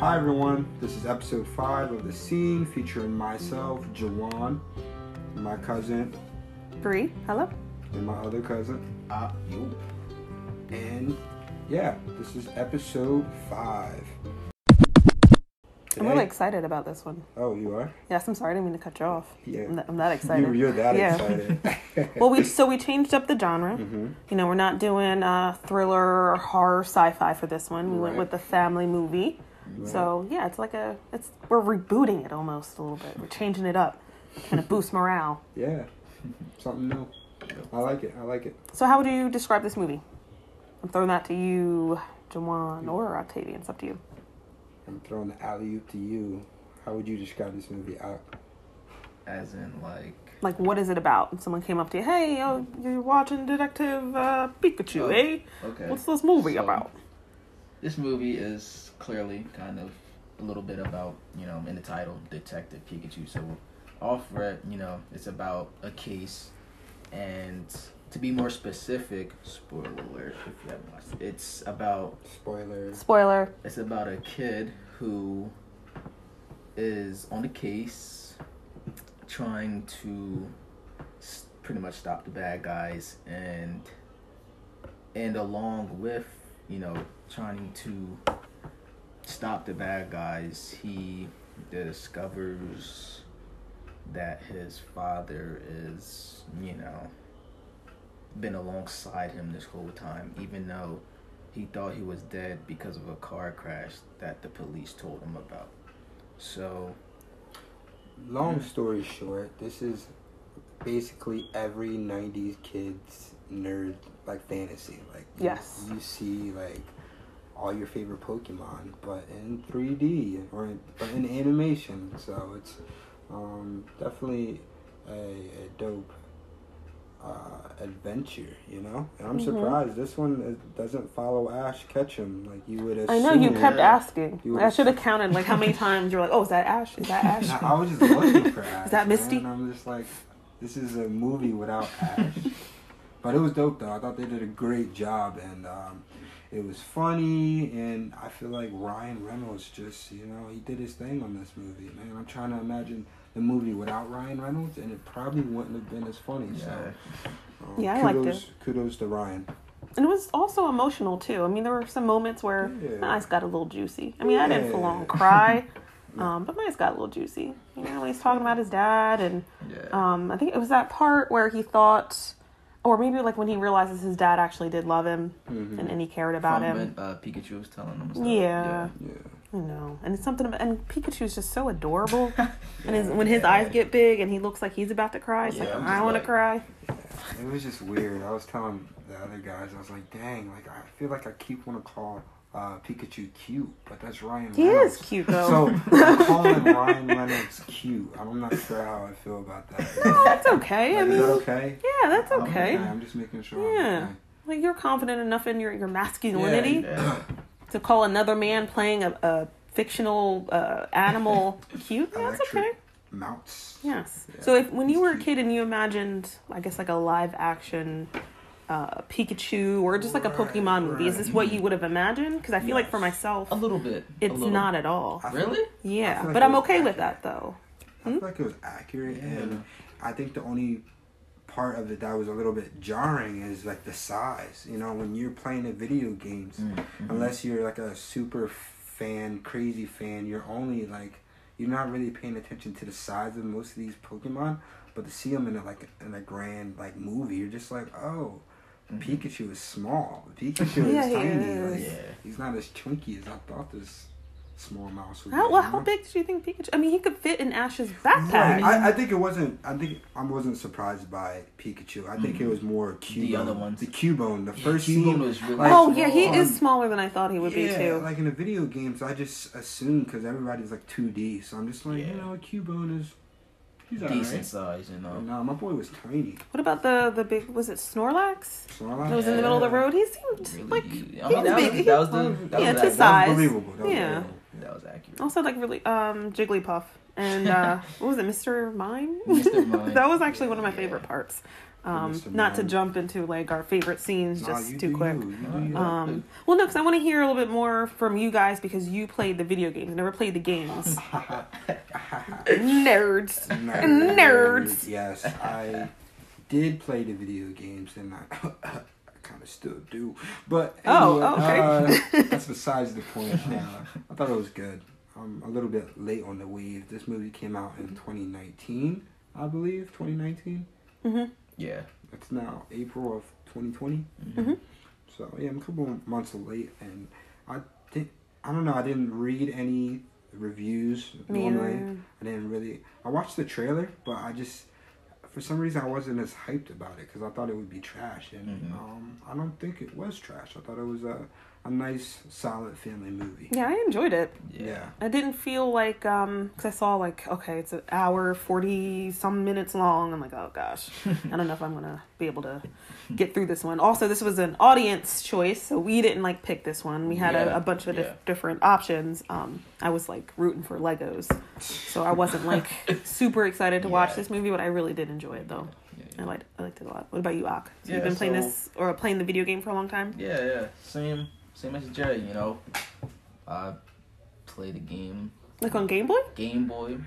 Hi everyone, this is episode 5 of The Scene featuring myself, Jawan, my cousin, Bree, hello. and my other cousin. Uh, you. And yeah, this is episode 5. I'm Today- really excited about this one. Oh, you are? Yes, I'm sorry, I didn't mean to cut you off. Yeah. I'm that, I'm that excited. You, you're that Yeah. excited. Mm-hmm. Well, we so we changed up the genre. You know, we're not doing uh, thriller or horror sci-fi for this one. We went Right. with the family movie. So yeah, it's like a it's we're rebooting it almost a little bit. We're changing it up, kind of boost morale. yeah, something new. I like it, I like it. So how would you describe this movie? I'm throwing that to you, Jawan or Octavian. It's up to you. I'm throwing the alley oop to you. How would you describe this movie? Uh, I, As in, like. Like, what is it about? If someone came up to you, hey, oh, you're watching Detective uh, Pikachu, Oh. eh? Okay. What's this movie So- about? This movie is clearly kind of a little bit about, you know, in the title, Detective Pikachu. So, off rep, you know, it's about a case. And to be more specific, spoiler alert if you haven't watched it, it's about spoilers. Spoiler. It's about a kid who is on the case trying to s- pretty much stop the bad guys and and along with, you know, trying to stop the bad guys, he discovers that his father is, you know, been alongside him this whole time even though he thought he was dead because of a car crash that the police told him about. So, Long story short, this is basically every 90s kids nerd like fantasy. Like you- Yes. you, see like all your favorite Pokemon, but in 3D or in, but in animation. So it's um, definitely a, a dope uh, adventure, you know. And I'm Mhm. surprised this one is- doesn't follow Ash Ketchum like you would. Assume. I know you kept Yeah. asking. You I should have counted like how many times you were like, "Oh, is that Ash? Is that Ash?" I, I was just looking for Ash. Is that man, Misty? and I'm just like, this is a movie without Ash. but it was dope though. I thought they did a great job, and um, it was funny. And I feel like Ryan Reynolds just, you know, he did his thing on this movie, man. I'm trying to imagine the movie without Ryan Reynolds, and it probably wouldn't have been as funny. So, um, Yeah, I liked kudos, Kudos to Ryan. and it was also emotional too. I mean, there were some moments where Yeah. my eyes got a little juicy. I mean, I didn't full Yeah. on cry, um, but my eyes got a little juicy. You know, when he's talking about his dad, and yeah. um, I think it was that part where he thought, or maybe like when he realizes his dad actually did love him Mm-hmm. and, and he cared about From him. when, uh, Pikachu was telling him. Stuff. Yeah. Yeah. I know. And it's something about, and Pikachu's just so adorable. and his, when his eyes get big and he looks like he's about to cry, it's Yeah, like, I'm I just want to like- cry. It was just weird. I was telling the other guys, I was like, dang, like I feel like I keep want to call uh, Pikachu cute, but that's Ryan He Reynolds. is cute So though. I'm calling Ryan Reynolds cute. I'm not sure how I feel about that. Oh, that's okay. I Like, is mean, that okay? yeah, that's okay. I'm just making sure. I'm Yeah. Like you're confident enough in your your masculinity Yeah. to call another man playing a, a fictional uh, animal cute. Yeah, That's Electric. okay. Mounts. Yes. Yeah. So if when you He's were a cute. kid and you imagined, I guess, like a live action uh, Pikachu or just like a Right, Pokemon movie, is this what you would have imagined? Because I feel like for Yes. myself, A little bit. a it's little. not at all. I feel- Really? Yeah, like but it I'm was okay with accurate. that though. I Hmm? feel like it was accurate, Yeah. and I think the only part of it that was a little bit jarring is like the size. You know, when you're playing the video games, Mm-hmm. unless you're like a super fan, crazy fan, you're only like you're not really paying attention to the size of most of these Pokemon. But to see them in a, like in a grand like movie, you're just like, oh, Pikachu is small. Pikachu Mm-hmm. Yeah, is he tiny. is. Like, Yeah. He's not as chunky as I thought this small mouse would How be. well, you how know? big do you think Pikachu? I mean, he could fit in Ash's Right. backpack. I, I think it wasn't. I think I wasn't surprised by Pikachu. I think it was more Cubone. Hmm. other ones. The Cubone. The first Cubone scene was really oh yeah, he on- is smaller than I thought he would um, yeah, be too. Like in the video games, I just assume because everybody's like 2D, so I'm just like, Yeah. you know, Cubone is he's alright. Decent size, you know. No, my boy was tiny. what about the the big? Was it Snorlax? So I like That was in the middle of the Yeah. road. He seemed Really, like you- he I mean, was that, big. Was, that was the. That Yeah, was it's his size. accurate. That was believable. That was Yeah. believable. That was accurate. also like really um Jigglypuff and uh, what was it, Mister Mime? Mr. Mime. that was actually one of my Yeah. favorite parts. Um, Mr. not to Miyagi. jump into like our favorite scenes Nah, just you too do quick. you, you do you. Um, well, no, because I want to hear a little bit more from you guys because you played the video games, never played the games. Nerds. Nerd- Nerds. Yes, I did play the video games, and I, I kind of still do. But Oh, anyway, uh, that's besides the point. Uh, I thought it was good. I'm a little bit late on the wave. This movie came out in 2019, I believe. 2019. Mm-hmm. Yeah. It's now April of 2020. So yeah, I'm a couple months late, and I did. I don't know. I didn't read any reviews Me normally. either. I didn't really. I watched the trailer, but I just for some reason I wasn't as hyped about it because I thought it would be trash, and Mhm. um, I don't think it was trash. I thought it was a a nice, solid family movie. Yeah, I enjoyed it. Yeah. I didn't feel like um because I saw like okay, it's an hour forty some minutes long. I'm like, oh gosh, I don't know if I'm gonna be able to get through this one. Also, this was an audience choice, so we didn't like pick this one. We had Yeah, a, a bunch of yeah. dif- different options. Um, I was like rooting for Legos, so I wasn't like super excited to watch Yeah. this movie, but I really did enjoy it though. Yeah. I liked I liked it a lot. What about you, Ak? So you've Yeah, been playing so- this or playing the video game for a long time. Yeah, yeah. Same same as Jay, you know. I played the game Like on Game Boy? Game Boy.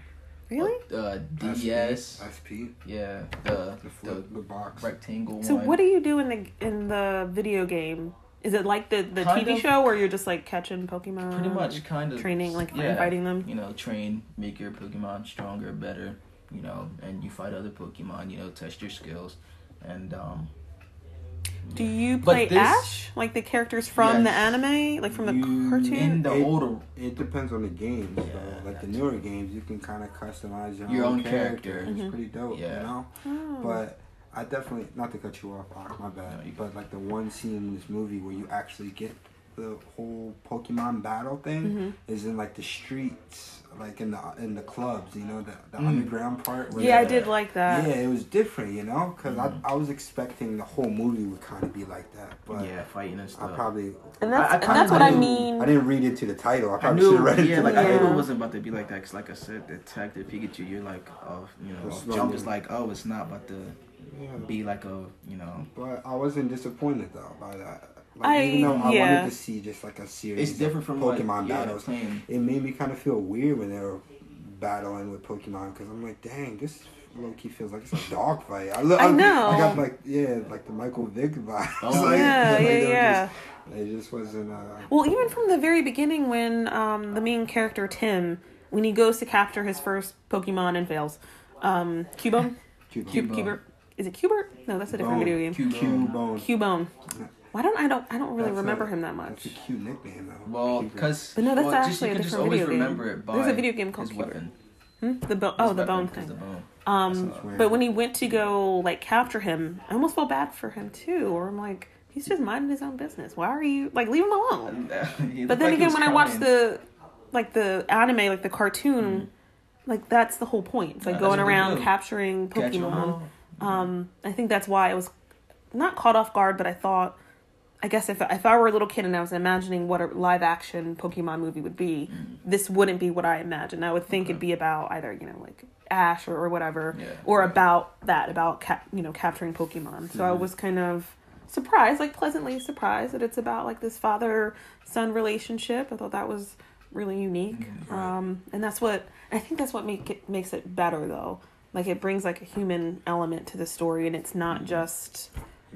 Really? Uh, SP, DS. SP, Yeah. The the the flip, the box. rectangle So one. what do you do in the in the video game? Is it like the the Kind TV of. show where you're just like catching Pokemon? pretty much and kind of training, like yeah, fighting them. You know, train, make your Pokemon stronger, better, you know, and you fight other Pokemon, you know, test your skills. And um Do you But play this- Ash like the characters from the Yes. anime, like from the You- in cartoon? the It- older It depends on the game. Yeah, so, like the that's newer games, you can kind of customize your, Your own, own character. character. Mm-hmm. It's pretty dope, Yeah. you know. Oh. But I definitely not to cut you off, Ak, my bad. No, you- but like the one scene in this movie where you actually get the whole Pokemon battle thing Mm-hmm. is in like the streets, like in the in the clubs, you know, the, the Mm. underground part. where- yeah, I did like that. yeah, it was different, you know, because Mm. I, I was expecting the whole movie would kind of be like that, but yeah, fighting and I stuff. probably And that's I- I and kinda that's what I didn't- mean. I didn't read into the title. I I probably should knew, have read it. yeah, into like the I title. knew Yeah. it wasn't about to be like that. Cause like I said, the attack the Pikachu, you're like, oh, you know, It's off jump not- is like, oh, it's not about to Yeah, be like a, you know, but I wasn't disappointed though by that. Like, I- even though I yeah. wanted to see just like a series. it's of different from Pokemon like, yeah, battles. playing. it made me kind of feel weird when they were battling with Pokemon because I'm like, dang, this low key feels like it's a dog fight. I, lo- I know. I got like, yeah, like the Michael Vick vibe. Oh, like, yeah, like, yeah, they were yeah. Just, it just wasn't. Uh, Well, even from the very beginning, when um, the main character Tim, when he goes to capture his first Pokemon and fails, um, Cubone, Cubone. Cube, Cubert, is it Cubert? No, that's a different video game. Cubone. Cubone. Cubone. Why don't I don't I don't really That's remember a- him that That's much. a cute nickname though. Well, Cubone. because But no, that's well, just, actually you a can just different always video game. remember it by There's a video game called his Cubone. weapon. Hmm? The bone. Oh, His the bone weapon, 'cause thing. The bone. Um, That's weird. but when he went to go like capture him, I almost felt bad for him too. Or I'm like, he's just minding his own business. Why are you like leave him alone? But then again, when I watch the like the anime, like the cartoon, like that's the whole point. It's like Mm. Yeah, that's going what they around do. capturing Catch 'em Pokemon. all. Um, I think that's why I was not caught off guard, but I thought, I guess if if I were a little kid and I was imagining what a live action Pokemon movie would be, this wouldn't be what I imagined. I would think it'd be about either you know like Ash or, or whatever, Yeah, or yeah. about that about cap, you know capturing Pokemon. So I was kind of surprised, like pleasantly surprised that it's about like this father son relationship. I thought that was really Mm-hmm. unique, right. um, and that's what I think that's what make it makes it better though. Like it brings like a human element to the story, and it's Mm-hmm. not just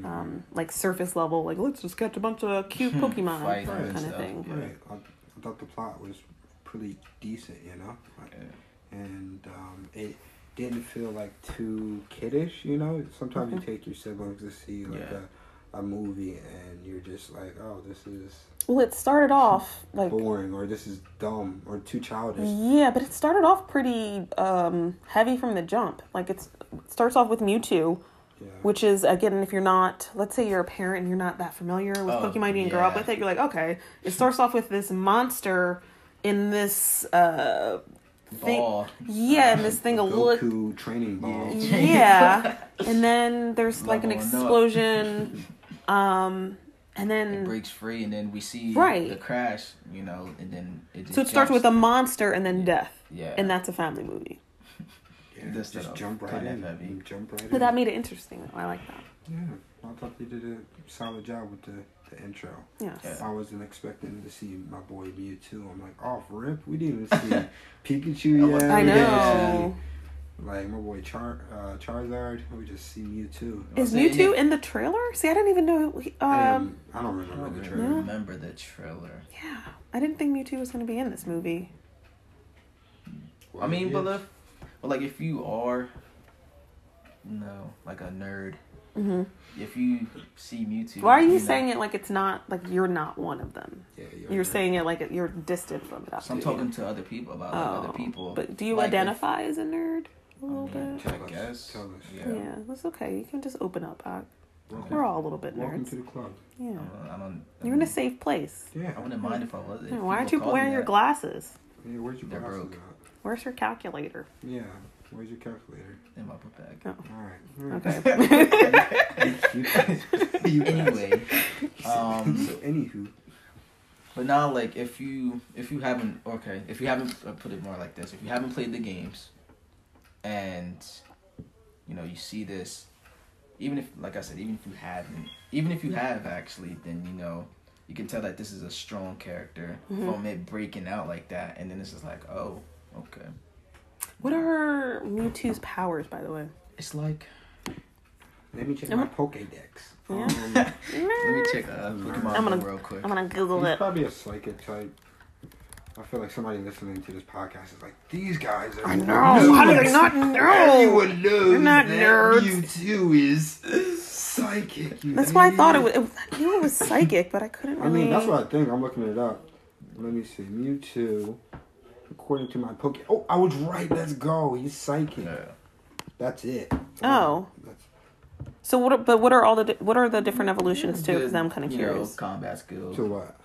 um, like surface level. Like let's just catch a bunch of cute Pokemon Fight and kind of stuff, thing. yeah. Right. I, I thought the plot was pretty decent, you know? Like, Yeah. And um, it didn't feel like too kiddish, you know? Sometimes Mm-hmm. you take your siblings to see like Yeah. a, a movie and you're just like, oh, this is Well, it started off like boring or this is dumb or too childish. yeah, but it started off pretty um, heavy from the jump. Like it's, it starts off with Mewtwo, Yeah. which is again, if you're not, let's say you're a parent and you're not that familiar with Oh, Pokemon, you didn't grow up yeah. with it. You're like, okay, it starts off with this monster in this uh, thing. Ball. Yeah, and this thing will look Goku training ball. Yeah. yeah and then there's like an Leveling up. explosion um and It then breaks free, and then we see Right. the crash, you know, and then it just so it starts jumps. with a monster and then death yeah, and that's a family movie Yeah. Yeah, This just stuff, jump right kind of in. heavy. Jump right But in. that made it interesting. though. I like that. yeah, I thought they did a solid job with the, the intro. Yes. Yeah. I wasn't expecting to see my boy Mewtwo. I'm like, off rip. We didn't even see Pikachu I yet. wasn't- I We didn't know. see, Like my boy Char uh, Charizard. We just see Mewtwo. You know Is what I'm saying? Mewtwo in the trailer? See, I didn't even know. He, um, I, um, I don't I remember don't the really trailer. remember the trailer. yeah, I didn't think Mewtwo was going to be in this movie. Well, I mean, it but, is. if, but like if you are, no, like a nerd, hmm if you see Mewtwo, Why are you know- saying it like it's not like you're not one of them? yeah, You're saying it like it- you're distant from it. So I'm obviously. talking to other people about like, other people. Oh, But do you Like, if- identify as a nerd a I little mean, bit? Tell I us. guess. Tell us. Yeah. Yeah. that's okay. You can just open up. I, Welcome, we're all a little bit welcome nerds. to the club. yeah, I don't. I don't I you're in a mean, safe place. Yeah. I wouldn't mind if I was. Yeah, why aren't you wearing your glasses? Yeah, where's your They're glasses broke. at? Where's your calculator? Oh, Yeah, where's your calculator? in my book bag? All right. All right. Okay. You guys- you guys- anyway, um, so anywho, but now like if you if you haven't okay if you haven't I'll put it more like this if you haven't played the games, and you know you see this, even if like I said even if you haven't even if you have actually then you know you can tell that this is a strong character Mhm. from it breaking out like that and then this is like oh okay what are Mewtwo's powers, by the way? it's like let me check Am my I- Pokédex. Yeah. Um, let me check uh, Pokemon I'm gonna- real quick I'm gonna Google He's it. probably a psychic type. I feel like somebody listening to this podcast is like, these guys are. I know. nerds. How do you not know? Everyone knows You're not that nerds. Mewtwo is psychic. You That's why I thought it was. idiot. It, was- I knew it was psychic, but I couldn't I really. mean, that's what I think. I'm looking it up. Let me see. Mewtwo, according to my Poke. Oh, I was right. Let's go. He's psychic. Yeah. That's it. Oh. That's, So what? Are, but what are all the? di- What are the different evolutions too? Because I'm kind of You know, curious. combat skills to what?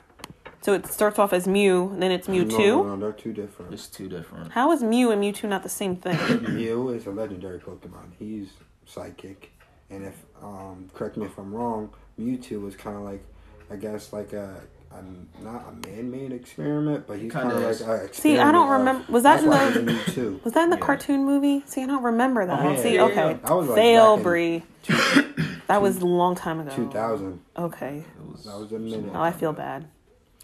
So it starts off as Mew, then it's Mew No, two. No, no, they're two different. it's two different How is Mew and Mewtwo not the same thing? Mew is a legendary Pokemon. He's psychic, and if um, correct me if I'm wrong, Mewtwo was kind of like, I guess like a, a not a man-made experiment, but he's kind Kinda of like is. a experiment. See, I don't of- remember. Was that's that in why the? he's Mewtwo. Was that in the Yeah. cartoon movie? See, I don't remember that. Oh, yeah, See, yeah, okay. yeah. I was, like, Fail, back in Bree. That was a long time ago. Two thousand. Okay. It was, That was a minute. Oh, I feel bad.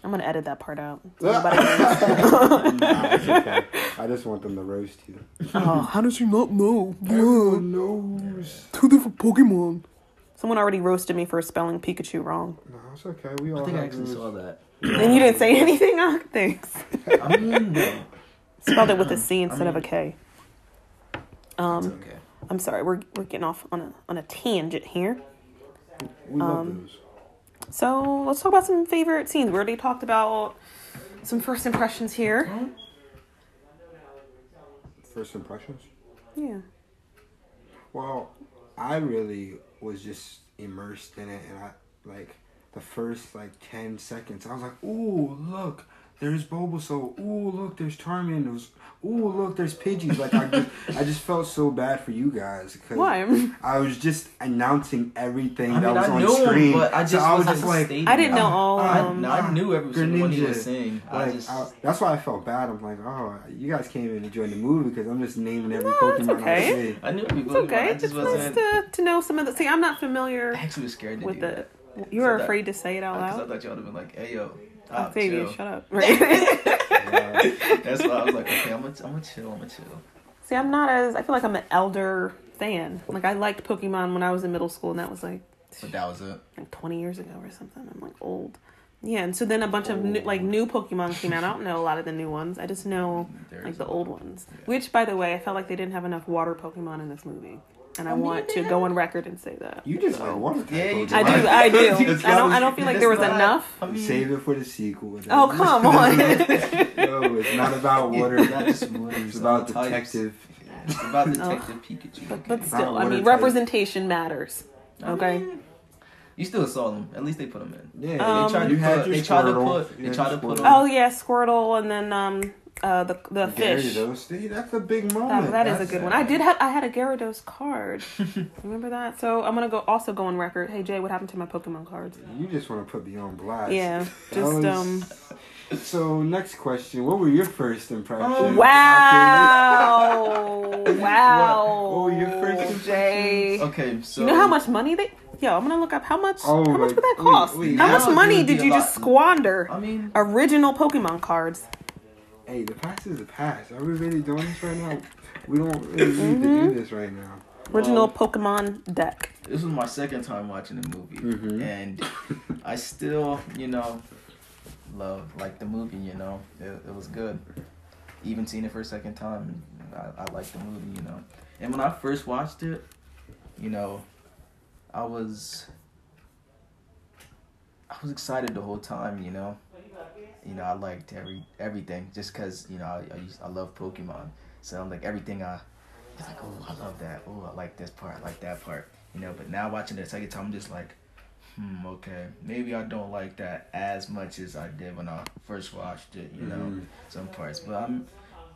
I'm gonna edit that part out. Nah, it's okay. I just want them to roast you. Oh, how does you not know? Everyone knows. Two different Pokemon. Someone already roasted me for spelling Pikachu wrong. No, it's okay. We all. I think I have actually rules. saw that. And you didn't say anything? Oh, thanks. I mean, no. Spelled it with a C instead of a mean- K. It's Um, okay. I'm sorry, we're, we're getting off on a, on a tangent here. We love Um, those. So let's talk about some favorite scenes. We already talked about some first impressions here. First impressions. Yeah. Well, I really was just immersed in it, and I like the first like ten seconds. I was like, "Ooh, look, there's Bulbasaur. Ooh, look, there's Charmander. There's- Ooh, look, there's Pidgeys." Like I just, I just felt so bad for you guys. 'cause Why? I was just announcing everything I mean, that was I on knew him, screen. but I so just I was wasn't just like, stating I didn't it. know all um, I- of them. No, I knew every single one he Greninja. was saying. I Like, just I- that's why I felt bad. I'm like, oh, you guys can't even enjoy the movie because I'm just naming every No, it's Pokemon okay. I see. I knew every It's one. okay. I It's just nice wasn't. to, to know some of the. See, I'm not familiar I actually was scared to with do the. that. You were So that- afraid to say it out Because I loud. thought y'all would have been like, "Hey yo, Oh, stop, baby, chill." shut up. Right. Yeah. That's why I was like, "Okay, I'm gonna, I'm gonna chill, I'm gonna chill." See, I'm not as. I feel like I'm an elder fan. Like I liked Pokemon when I was in middle school, and that was like But that was it. like 20 years ago or something. I'm like old. Yeah, and so then a bunch of new, like new Pokemon came out. I don't know a lot of the new ones. I just know There's like the old ones. Yeah. Which, by the way, I felt like they didn't have enough water Pokemon in this movie, and I, mean, want they to go had- on record and say that. You just So- like water type Yeah, you Pokemon. just- I do. I do. It's I don't. I not- don't feel like there was It's not- enough. I mean, Save it for the sequel. Oh come on. No, it's not about water. It's not just water. It's about types. detective. Yeah, It's about detective Pikachu. Oh. But, okay? but still, I water mean, type. representation matters. I Okay. mean, you still saw them. At least they put them in. Yeah, Um, they tried you to had put. your They tried to Squirtle, put. you They had tried to your put. Squirtle. them- Oh yeah, Squirtle, and then um, uh, the Oh, the fish. Gyarados. See, that's a big moment. That, that is a That's- good one. I did have I had a Gyarados card. Remember that? So I'm gonna go also go on record. Hey Jay, what happened to my Pokemon cards? You just want to put me on blast. Yeah, That just was- um, So next question: What were your first impressions? Oh, of Wow. wow. What- what were Oh, your first Jay. Okay, so you know how much money they? Yo, I'm gonna look up how much. Oh, how much like, would that wait, cost? wait, how now much it money would be did a you lot. just squander? I mean, Original Pokemon cards. Academia? Hey, the past is the past. Are we really doing this right now? We don't really need to do this right now. Original Well- Pokemon deck. this was my second time watching the movie, Mhm. and I still, you know, love like the movie. You know, it, it was good. Even seeing it for a second time, I, I liked the movie. You know, and when I first watched it, you know, I was, I was excited the whole time. You know, you know, I liked every everything just because you know I I, used, I love Pokemon, so I'm like everything I. It's like, oh, I love that. Oh, I like this part. I like that part. You know, but now watching it a second time, I'm just like, hmm, okay, maybe I don't like that as much as I did when I first watched it. You know, Mhm. some parts, but I'm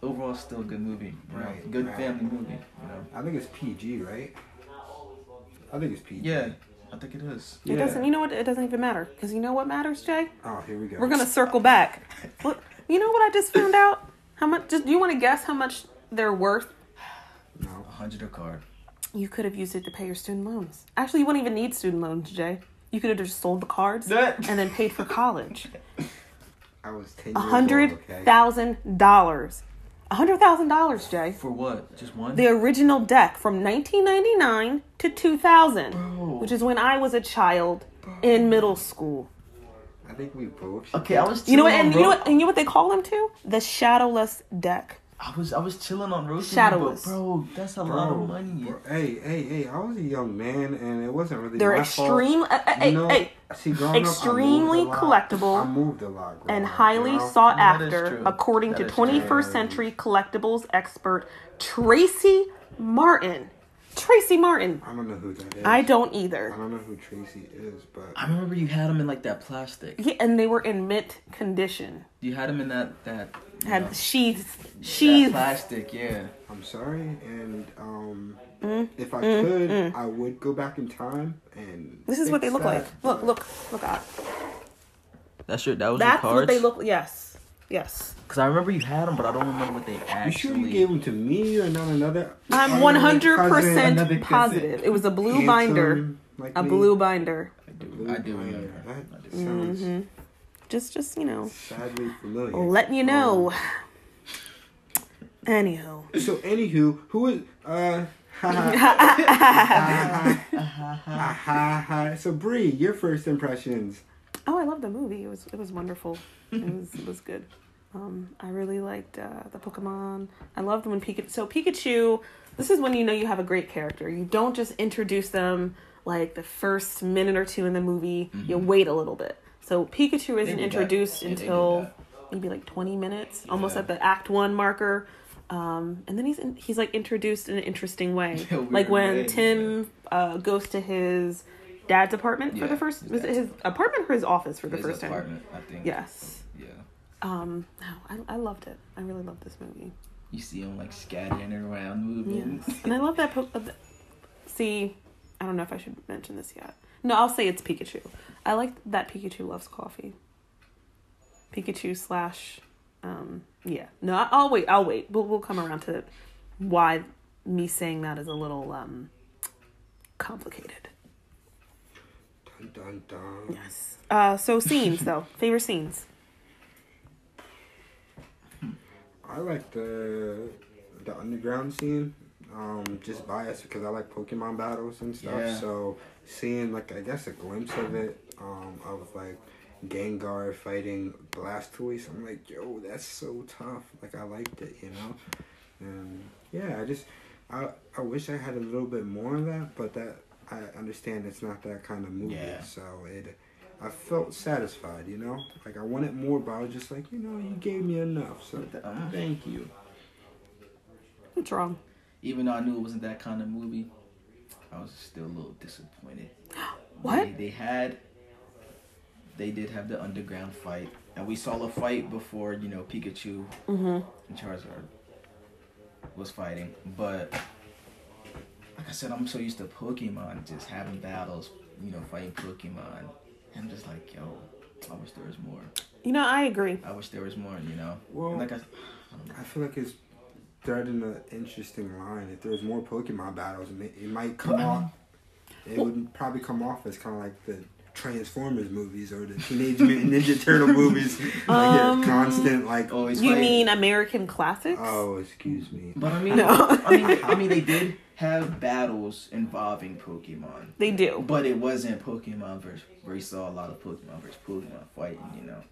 overall still a good movie. You know? Right, good right. family movie. You know. I think it's PG, right? I think it's PG. Yeah, I think it is. It doesn't. You know what? It doesn't even matter because you know what matters, Jay. Oh, here we go. We're gonna circle back. What? You know what I just found out? How much? Just you want to guess how much they're worth? No. A hundred a card. You could have used it to pay your student loans. Actually, you wouldn't even need student loans, Jay. You could have just sold the cards and then paid for college. I was ten. A years hundred old, Oh, okay? thousand dollars. A hundred thousand dollars, Jay. For what? Just one? The original deck from 1999 to 2000, which is when I was a child in middle school. I think we both. okay, I was. You know what? chilling And on you know Ro- what? And you know what they call them too? The shadowless deck. I was I was chilling on Rosie. Shadowless. bro. That's a lot of money. bro, hey, hey, hey! I was a young man, and it wasn't really. They're my extreme. Fault. Uh, uh, hey, You know, hey, see, growing up, I moved a extremely lot. collectible I moved a lot, growing and up, you highly know? sought That is after, true. according That to is true. 21st century collectibles expert Tracy Martin. Tracy Martin. I don't know who that is. I don't I Uh-huh. either. don't know who Tracy is, but I remember you had them in like that plastic. Yeah, and they were in mint condition. You had them in that that. you know, Had sheaths, that sheaths. plastic. Yeah. I'm sorry. And um, Mm, if I could, I would go back in time and. This is what they fix look that, like. Look, but look, look out. That's your. That was That's your what cards. they look. Yes, yes. Cause I remember you had them, but I don't remember what they You actually. sure you gave them to me or not another? I'm another 100 cousin, percent another positive. It was a blue handsome binder, like a me? blue binder. I do. I do remember. I That do. sounds Just, just you know, sadly familiar. letting you know. Anywho, So, anywho, who is uh? ha ha ha ha ha. So, Bree, your first impressions. oh, I love the movie. It was, it was wonderful. It was, it was good. Um, I really liked uh, the Pokemon. I loved when Pikachu. So Pikachu, this is when you know you have a great character. You don't just introduce them like the first minute or two in the movie. You wait a little bit. So Pikachu isn't Mm-hmm. did that. introduced Yeah, they did until that. maybe like twenty minutes, almost Yeah. at the Act One marker. Um, and then he's in, he's like introduced in an interesting way, Yeah, weird like when way, Tim uh, goes to his dad's apartment for Yeah, the first his was it dad's his apartment or his office for the His first time. apartment, I think. Yes. Yeah. Um, no, I, I loved it. I really loved this movie. You see them like scattering around, moving. Yes. and I love that. Po- uh, th- see, I don't know if I should mention this yet. No, I'll say it's Pikachu. I like that Pikachu loves coffee. Pikachu slash, um, yeah. No, I- I'll wait. I'll wait. We'll we'll come around to why me saying that is a little um complicated. Dun dun dun. Yes. Uh, so scenes though. Favorite scenes. I like the the underground scene. Um, just biased because I like Pokemon battles and stuff. Yeah. So seeing like I guess a glimpse of it, um, of like Gengar fighting Blastoise, I'm like, yo, that's so tough. Like I liked it, you know. And yeah, I just I I wish I had a little bit more of that, but that I understand it's not that kind of movie. Yeah. So it I felt satisfied, you know. Like I wanted more, but I was just like, you know, you gave me enough, so th- Um. thank you. What's wrong? Even though I knew it wasn't that kind of movie, I was still a little disappointed. What? They, they had, they did have the underground fight, and we saw a fight before you know Pikachu Mm-hmm. and Charizard was fighting. But like I said, I'm so used to Pokemon just having battles, you know, fighting Pokemon. And I'm just like, yo, I wish there was more. You know, I agree. I wish there was more, you know. Well- like I, I don't know. I feel like it's threading an interesting line. If there was more Pokemon battles, it, may- it might come off. It would probably come off as kind of like the Transformers movies or the Teenage Mutant Ninja Turtle movies. like Um, oh, a constant like. always You fighting. mean American classics? Oh, excuse me. But I mean, No. I mean, I mean, they did have battles involving Pokemon, They do. but it wasn't Pokemon versus. Where you saw a lot of Pokemon versus Pokemon fighting, you know.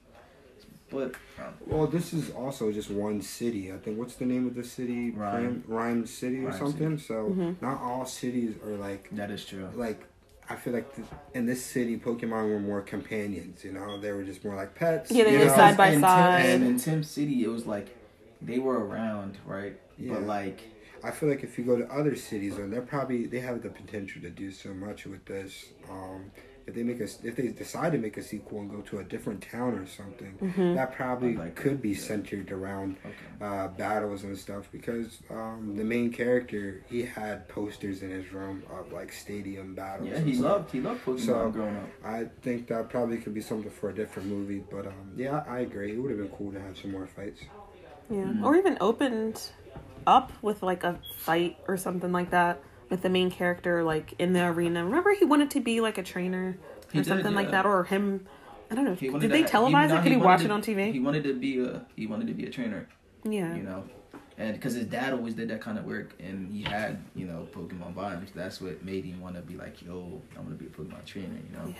But um, Well, this is also just one city. I think what's the name of the city? Rhyme. Rhyme, Rhyme City or Rhyme something. So Mm-hmm. not all cities are like that is true. like I feel like th- in this city, Pokemon were more companions. You know, they were just more like pets. Yeah, they you were know? side by in side. Tim, and in Tim City, it was like they were around, right? Yeah. But like, I feel like if you go to other cities, and they're probably they have the potential to do so much with this. Um, if they make a, if they decide to make a sequel and go to a different town or something, Mm-hmm. that probably I like could be it, yeah. centered around okay, uh, battles and stuff because um, the main character he had posters in his room of like stadium battles. yeah, and he stuff. loved he loved Pokemon So- growing up. I think that probably could be something for a different movie, but um, yeah, I agree. It would have been cool to have some more fights. Yeah. Or even opened up with like a fight or something like that with the main character like in the arena. Remember he wanted to be like a trainer He or did, something like yeah. that or him I don't know. He wanted Did to they ha- televise no, it? Could he wanted watch to- it on TV? He wanted to be a he wanted to be a trainer, yeah. you know, and because his dad always did that kind of work, and he had you know Pokemon vibes. That's what made him want to be like, yo, I want to be a Pokemon trainer, you know. Yeah.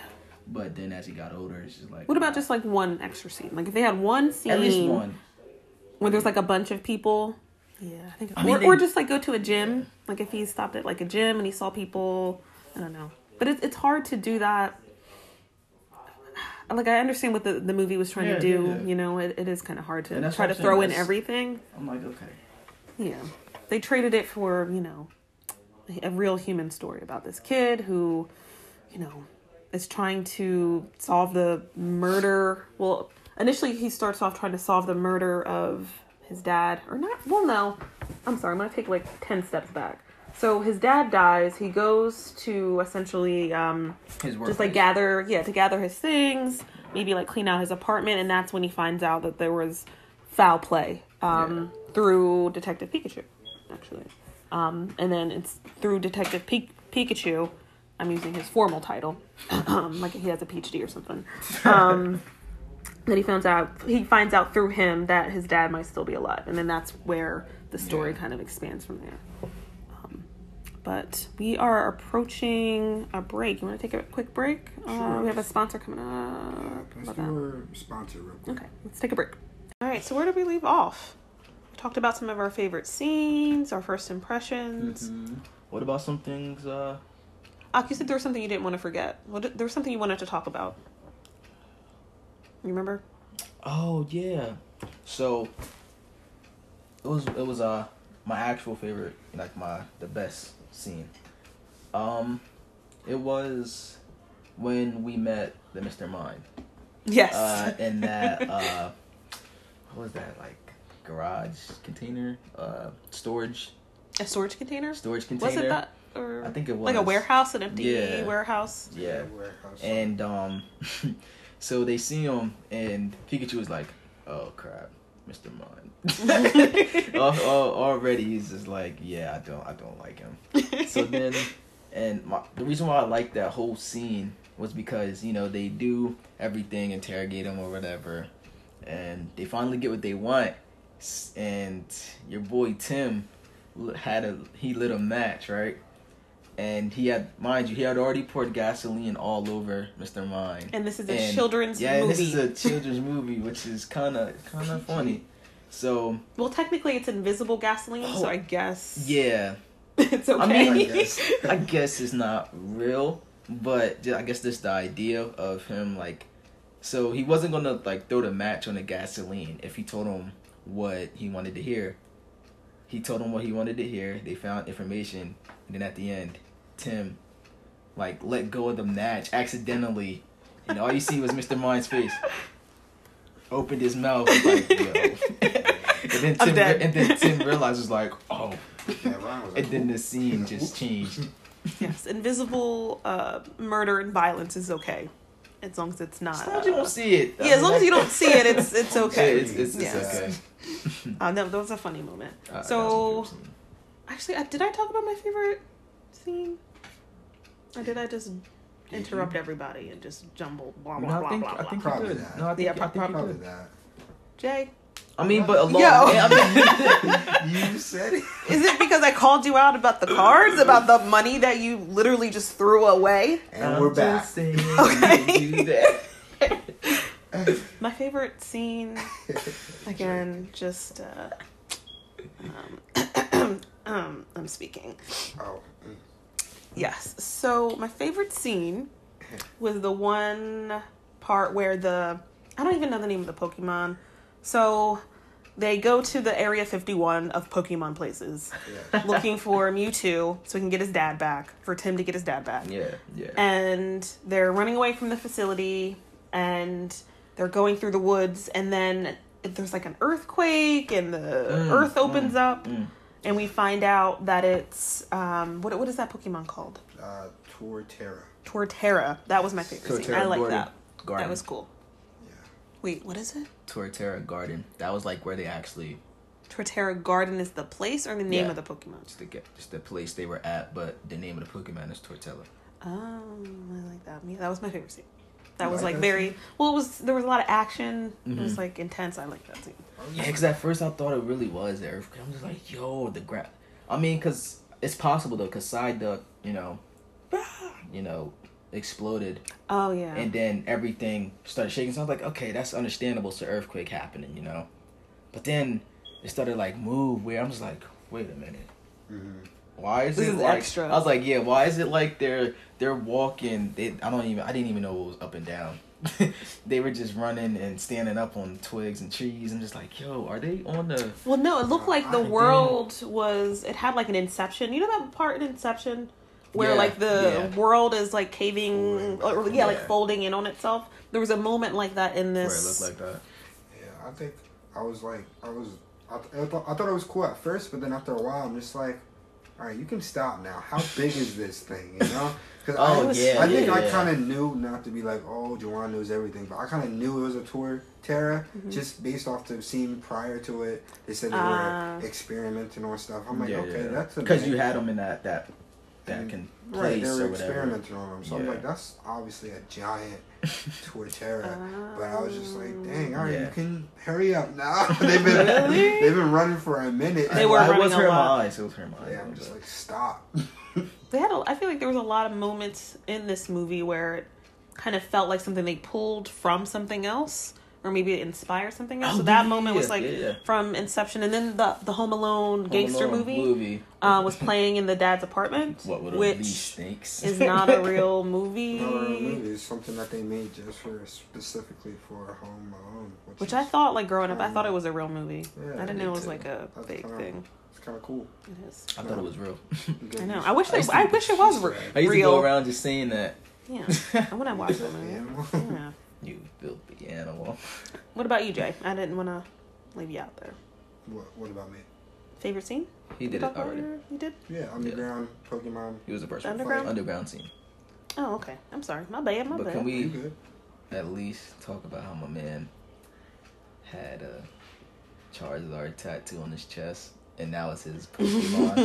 But then as he got older, it's just like What about just like one extra scene? Like if they had one scene at least one? where there's like a bunch of people. Yeah, I think. I mean, or, they- or just like go to a gym. Like if he stopped at like a gym and he saw people. I don't know, but it's it's hard to do that. Like I understand what the, the movie was trying Yeah, to do. yeah, yeah. You know, it, it is kind of hard And to that's try what to I'm saying, throw in that's- everything. I'm like, okay, Yeah, they traded it for you know a real human story about this kid who, you know, is trying to solve the murder. Well, initially he starts off trying to solve the murder of his dad, or not. Well, no, I'm sorry. I'm gonna take like ten steps back. So his dad dies. He goes to essentially um, his work just like ethic. gather, yeah, to gather his things, maybe like clean out his apartment, and that's when he finds out that there was foul play um, through Detective Pikachu, actually. Um, and then it's through Detective Pi- Pikachu. I'm using his formal title, um, like he has a PhD or something. Um, that he finds out he finds out through him that his dad might still be alive, and then that's where the story Yeah. kind of expands from there. Um, but we are approaching a break. You want to take a quick break? Uh, Sure. we have a sponsor coming up. Uh, Let's Love do Uh, that. our sponsor real quick. Okay, let's take a break. All right, so where did we leave off? We talked about some of our favorite scenes, our first Mm-hmm. impressions. What about some things? Uh, Ak, you said there was something you didn't want to forget. What, there was something you wanted to talk about. You remember? oh yeah. So it was it was uh my actual favorite, like my the best scene. Um, it was when we met the Mister Mind. Yes. Uh, in that uh, what was that like garage container? Uh, storage a storage container? storage container. Was it that? Or I think it was like a warehouse, an empty Yeah. warehouse. Yeah. Warehouse. And um, so they see him, and Pikachu was like, "Oh crap, Mr. Mon." Al- al- Already he's just like, "Yeah, I don't, I don't like him." So then, and my, the reason why I liked that whole scene was because you know they do everything, interrogate him or whatever, and they finally get what they want. S- And your boy Tim l- had a he lit a match, right? And he had, mind you, he had already poured gasoline all over Mr. Mine. and this is a And- children's yeah, and movie. this is a children's movie, which is kind of kind of funny. So well, technically, it's invisible gasoline, Oh. so I guess yeah, it's okay. I mean, I guess. I guess it's not real, but ju- I guess just the idea of him like, so he wasn't gonna like throw the match on the gasoline if he told him what he wanted to hear. He told him what he wanted to hear. They found information, and then at the end, Tim, like, let go of the match accidentally, and all you see was Mr. Mind's face. Opened his mouth like, yo. and then I'm Tim, dead. re- and then Tim realizes like, oh, Yeah, Ryan was like, and then the scene Oops. just changed. yes, invisible uh, murder and violence is okay. as long as it's not. As long as you uh, don't see it. I yeah, as mean, long as you like- don't see it, it's it's okay. Yeah, it's, it's, it's Yes. okay. Uh, no, that was a funny moment. Uh, that's So- my favorite scene. Actually, I, did I talk about my favorite scene? Or did I just interrupt everybody and just jumble blah blah no, blah I think blah I blah? think you Probably did. that. No, I think, Yeah, I think you Probably did. that. Jay, I mean, but along, Yo. yeah, I mean, You said it. is it because I called you out about the cards, about the money that you literally just threw away? And we're I'm back. just saying, Okay. you do that. My favorite scene, again, just uh, um, um, I'm speaking. oh. Yes. So my favorite scene was the one part where the I don't even know the name of the Pokemon. So they go to the Area 51 of Pokemon places Yeah. looking for Mewtwo so he can get his dad back, for Tim to get his dad back. Yeah, yeah. And they're running away from the facility and they're going through the woods and then there's like an earthquake and the Mm, earth opens up and we find out that it's um what what is that Pokemon called? Uh, Tour Terra. Torterra. That was my favorite scene. Torterra I like Garden. that. Garden. That was cool. Wait, what is it? Torterra Garden. That was like where they actually Torterra Garden is the place or the name Yeah. of the Pokemon? just the, just the place they were at, but the name of the Pokemon is Tortella. Oh, I like that. Yeah, that was my favorite scene. That You was like like that very well. It was there was a lot of action. It Mm-hmm. was like intense. I like that scene. Yeah, because at first I thought it really was the earthquake. I'm just like, yo, the grab. I mean, because it's possible though, because Side Duck, you know, you know, exploded, Oh yeah. and then everything started shaking. So I was like, okay, that's understandable. It's an earthquake happening, you know. But then it started like move. Where I'm just like, wait a minute. Why is Mm-hmm. This it is like, extra. I was like, yeah. Why is it like they're they're walking? They I don't even I didn't even know what was up and down. they were just running and standing up on twigs and trees. I'm just like, yo, are they on the? well, no, it looked like the I world was. It had like an Inception. You know that part in Inception where Yeah, like the yeah. world is like caving, Folding or, back. yeah, like Yeah. folding in on itself. There was a moment like that in Where this. it looked like that. Yeah, I think I was like, I was, I, th- I, thought, I thought it was cool at first, but then after a while, I'm just like, all right, you can stop now. How big is this thing? You know? Because Oh, I, yeah, I think yeah, I yeah. kind of knew not to be like, oh, Juwan knows everything, but I kind of knew it was a tour Terra Mm-hmm. just based off the scene prior to it. They said they Ah. were experimenting on stuff. I'm like, okay, that's a because big- Mm. you had them in that that that can Right, they place were or whatever. experimenting on them, so I'm Yeah. like, that's obviously a giant Torterra. but I was just Oh. like, dang, all right, Yeah. you can hurry up now. they've been Really? they've been running for a minute. They were I running was a hurting my lot. eyes. It was hurting my eyes. Yeah, I'm just like, stop. they had a, i feel like there was a lot of moments in this movie where it kind of felt like something they pulled from something else or maybe it inspired something else Oh, so that yeah, moment was yeah, like yeah, yeah. from inception and then the the home alone gangster Home Alone movie, Uh, was playing in the dad's apartment what would which least snakes is not a real movie no, the movie is something that they made just for specifically for Home Alone, which, which is, i thought like growing up i thought it was a real movie Yeah, i didn't me know it was too. like a That's big kinda- thing It's kind of cool. it is I thought it was real. i know i wish I they, used to- I, wish it was re- I used real to go around just saying that. yeah i want to watch that movie yeah You filthy animal. what about you jay i didn't want to leave you out there what, what about me? favorite scene He did it Talk about already. your- You did? Yeah, underground Pokemon. He was the first one. Underground? Underground scene. Oh, okay. I'm sorry. My bad. My But bad. can You we good? at least talk about how my man had a Charizard tattoo on his chest, and that was his Pokemon.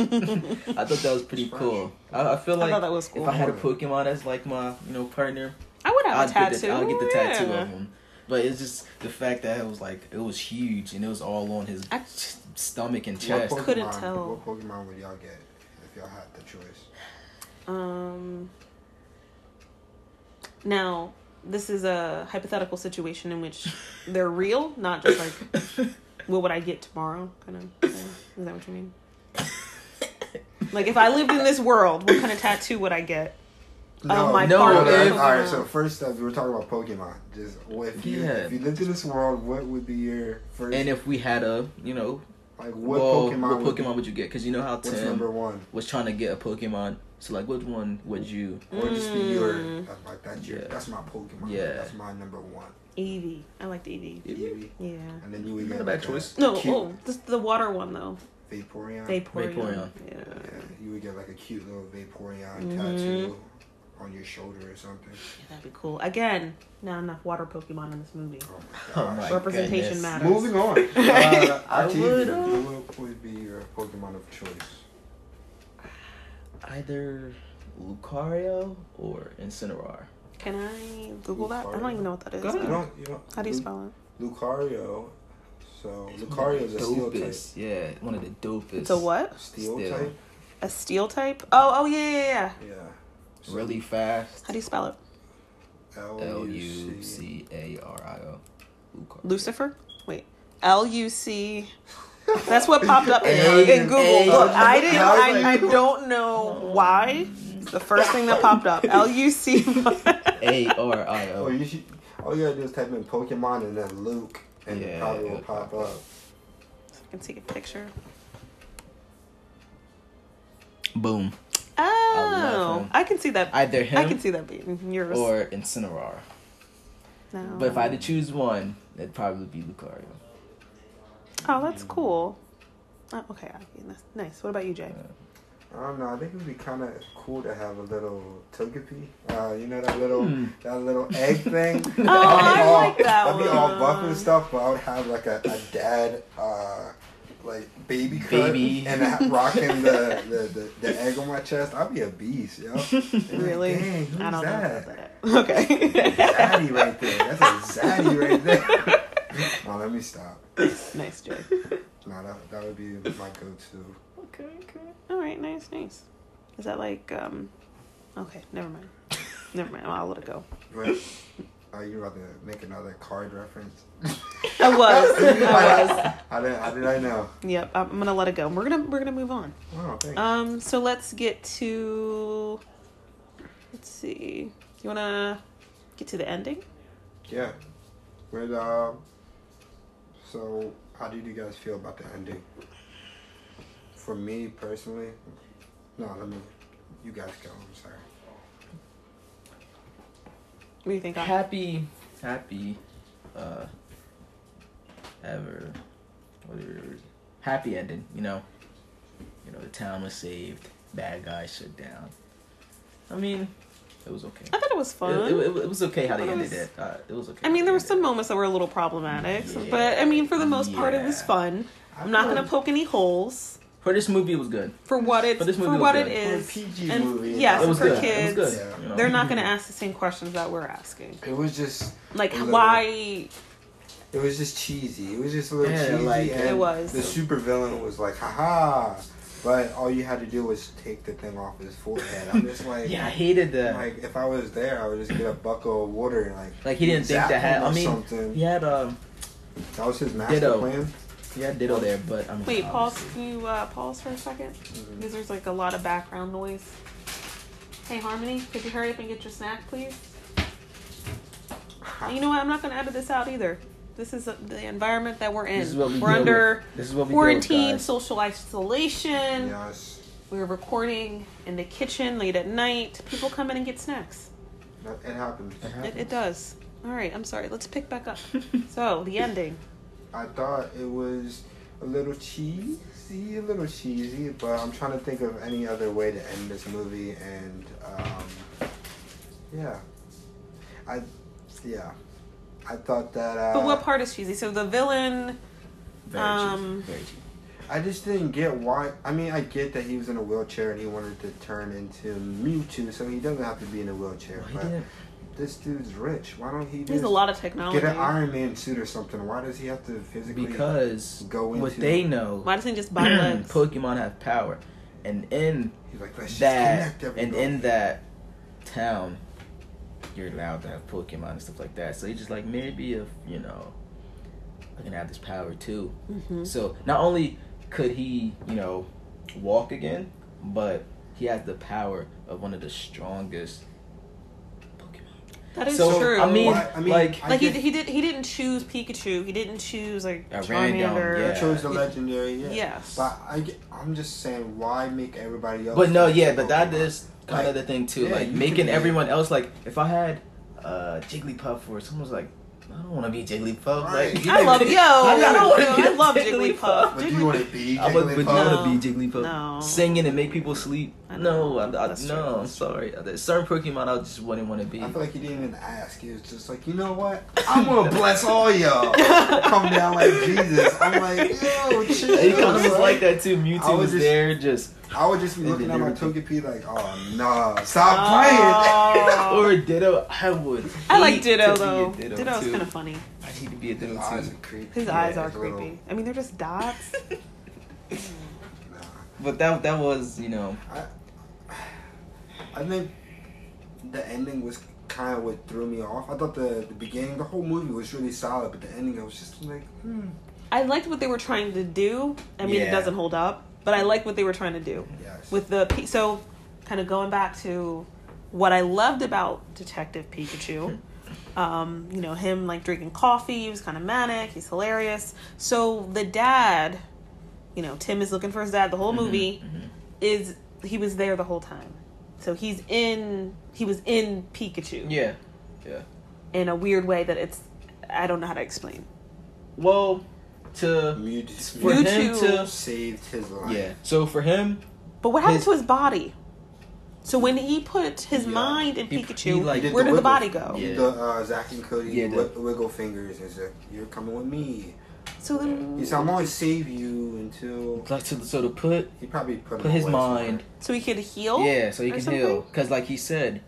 I thought that was pretty Fresh. cool. I, I feel I like thought that was cool. if I had a Yeah. Pokemon as like my you know partner, I would have I'd a get tattoo. the, I'd get the tattoo yeah. of him. But it's just the fact that it was like it was huge and it was all on his I- stomach and What chest. Pokemon, Couldn't tell. What Pokemon would y'all get if y'all had the choice? Um. Now, this is a hypothetical situation in which they're real, not just like, what would I get tomorrow? Kind of. thing. Is that what you mean? Like, if I lived in this world, what kind of tattoo would I get? No, Oh my no, partner. no, if- all right. So first up, we were talking about Pokemon. Just what if you Yeah. if you lived in this world, what would be your first? And if we had a you know like what well, Pokemon? what would- Pokemon would you get? Because you know how what's number Tim one? was trying to get a Pokemon. So like, which one would you? Or just be your Mm. that's like that's your Yeah. that's my Pokemon. Yeah. that's my number one. Evie. E I liked Evie. Eevee. Yeah. And then you would Not get a bad like choice. No, cute oh, this, the water one though. Vaporeon. Vaporeon. Vaporeon. yeah, Yeah. Mm-hmm. you would get like a cute little Vaporeon tattoo on your shoulder or something. Yeah, that'd be cool. Again, not enough water Pokemon in this movie. Oh my Oh gosh. my Representation goodness. matters. Moving on. Uh, I Atif, would, uh, What would be your Pokemon of choice? Either Lucario or Incineroar. Can I Google that? I don't even know what that is. Go You ahead. don't. You don't. How do you spell it? Lucario. So Lucario is a steel type. Dopest, Yeah, one of the dopest. It's a what? Steel, Steel. type. A steel type? Oh, oh yeah, yeah, yeah, yeah. Yeah. So Really fast. How do you spell it? L L-U-C. U C A R I O. Lucario. Lucifer? Wait. L U C. That's what popped up in, A- in Google. A- Look, I didn't. I was I, I like- don't know why. It's the first thing that popped up. L U C. A R I Oh, O. you should. All you gotta do is type in Pokemon and then Luke, and Yeah, it probably will it'll pop pop up. can take a picture. Boom. Oh, him. I can see that. I, Either him can see that being yours. or Incineroar. no. But if I had to choose one, it'd probably be Lucario. oh, that's cool. Oh, okay, I- that's nice. What about you, Jay? I don't know. I think it would be kind of cool to have a little Togepi. Uh, you know that little Hmm. that little egg thing. oh, I like that I'd be all one. buff and stuff, but I would have like a, a dad, uh, like baby cut Baby. and I- rocking the, the, the, the egg on my chest. I'd be a beast, yo. Really? Dang, who's I don't that? know about that. Okay. Zaddy right there. That's a zaddy right there. no, let me stop. nice, Jay. No, that, that would be my go-to. Okay, okay. All right, nice, nice. Is that like um? Okay, never mind. Never mind. I'll let it go. But are uh, you about to make another card reference? I was. I was. How did, how did I know? Yep. I'm I'm gonna let it go. We're gonna we're gonna move on. Oh, thanks. Um. So let's get to. Let's see. You wanna get to the ending? yeah. But, uh, so, how did you guys feel about the ending? For me, personally, no, let me, you guys go, I'm sorry. What do you think? Al? happy, happy, uh, ever, whatever, happy ending. You know, you know the town was saved, bad guys shut down. I mean, it was okay. I thought it was fun. It, it- it was okay how they It ended was- it. Uh, it was okay. I how mean, they there were some ended moments that were a little problematic, Yeah. but I mean, for the most part, it was Yeah. fun. I'm not gonna poke any holes it. For this movie, it was good. for what it's But this movie for was what good. it For a is. PG and- movie, yes, It was for good. kids. It was good. you know. They're not going to ask the same questions that we're asking. It was just, Like A little. why? it was just cheesy. It was just a little Yeah, cheesy. like- and It was. The super villain was like, haha. But all you had to do was take the thing off his forehead. I'm just like, Yeah, I hated that. Like, Like if I was there, I would just get a buckle of water and like. he didn't think zap that had. him or I mean, something. he had um, that was his master Ditto. plan. he had Ditto there, but I Mm-hmm. mean, um, Wait, pause. obviously- Can you uh, pause for a second? Because there's like a lot of background noise. Hey Harmony, could you hurry up and get your snack, please? And you know what? I'm not going to edit this out either. This is uh, the environment that we're in. This is what we are deal under with. This is what we deal with, quarantine, guys. social isolation. Yes. We were recording in the kitchen late at night. People come in and get snacks. That- It happens. Uh-huh. It, it does. All right, I'm sorry. Let's pick back up. so the ending. I thought it was a little cheesy, a little cheesy, but I'm trying to think of any other way to end this movie, and um, yeah, I yeah, I thought that. Uh, But what part is cheesy? So the villain. Very Um, cheap. Very cheap. I just didn't get why. I mean, I get that he was in a wheelchair and he wanted to turn into Mewtwo, so he doesn't have to be in a wheelchair. Well, he but didn't. this dude's rich. Why don't he just There's a lot of technology. get an Iron Man suit or something? Why does he have to physically? because go what into- they know Why doesn't he just buy Mm. legs? pokemon have power and in he's like let's just that connect and everybody." in that town you're allowed to have pokemon and stuff like that so he's just like maybe if you know i can have this power too Mm-hmm. so not only could he you know walk again but he has the power of one of the strongest pokemon That is So, true. I mean, Why- I mean, like- I like he, get- he did. He didn't choose Pikachu. He didn't choose like A random, Charmander. I yeah. chose the legendary. Yeah. Yes. But I get, I'm just saying, why make everybody else? But no, like yeah, but that Pokemon? is kind Like, of the thing too. yeah, like you making can- everyone else like if I had uh Jigglypuff or someone's like, I don't want to be Jigglypuff. Right. Like you I can love be- yo. I I, don't wanna be I a love Jigglypuff. Jigglypuff. But do you want to be I would, but you Jigglypuff? No. want to be Jigglypuff, No. singing and make people sleep. I I don't No, know. I, I, That's no, I'm true. sorry. There's certain Pokemon I just wouldn't want to be. I feel like he didn't even ask. He was just like, you know what? I'm gonna bless all y'all. Come down like Jesus. I'm like, yo, chill. It kind of was son." like that too. Mewtwo I was, was just- there, just I would just be They looking did at my everything. Togepi like, oh no, stop Oh. or Ditto. I would. I hate like Ditto to be a though. Ditto, Ditto's too. kind of funny. I hate to be a playing. Ditto His eyes are too. creepy. His Yeah, eyes are it's a little- creepy. I mean, they're just dots. But that that was you know I think the ending was kind of what threw me off. I thought the, the beginning, the whole movie was really solid, but the ending, I was just like, hmm. I liked what they were trying to do. I mean, Yeah. it doesn't hold up, but I like what they were trying to do. Yes. with the P- so kind of going back to what I loved about Detective Pikachu. Um, you know him like drinking coffee. He was kind of manic. He's hilarious. So the dad, you know, Tim is looking for his dad. The whole Mm-hmm. movie is he was there the whole time. So he's in he was in Pikachu yeah yeah. in a weird way that it's I don't know how to explain. Well, to Mewtwo, for Mewtwo- him to saved his life. yeah. So for him, But what happened His- to his body? So when he put his Yeah. mind in He- he, Pikachu, like, did where the did wiggle. the body go? Yeah. The uh, Zach and Cody Yeah, the- wi- wiggle fingers is like, you're coming with me. So then He said, I'm gonna save you until like to so to put he probably put, put him his away mind So he could heal? Yeah, so he or can something? heal. Because, like he said,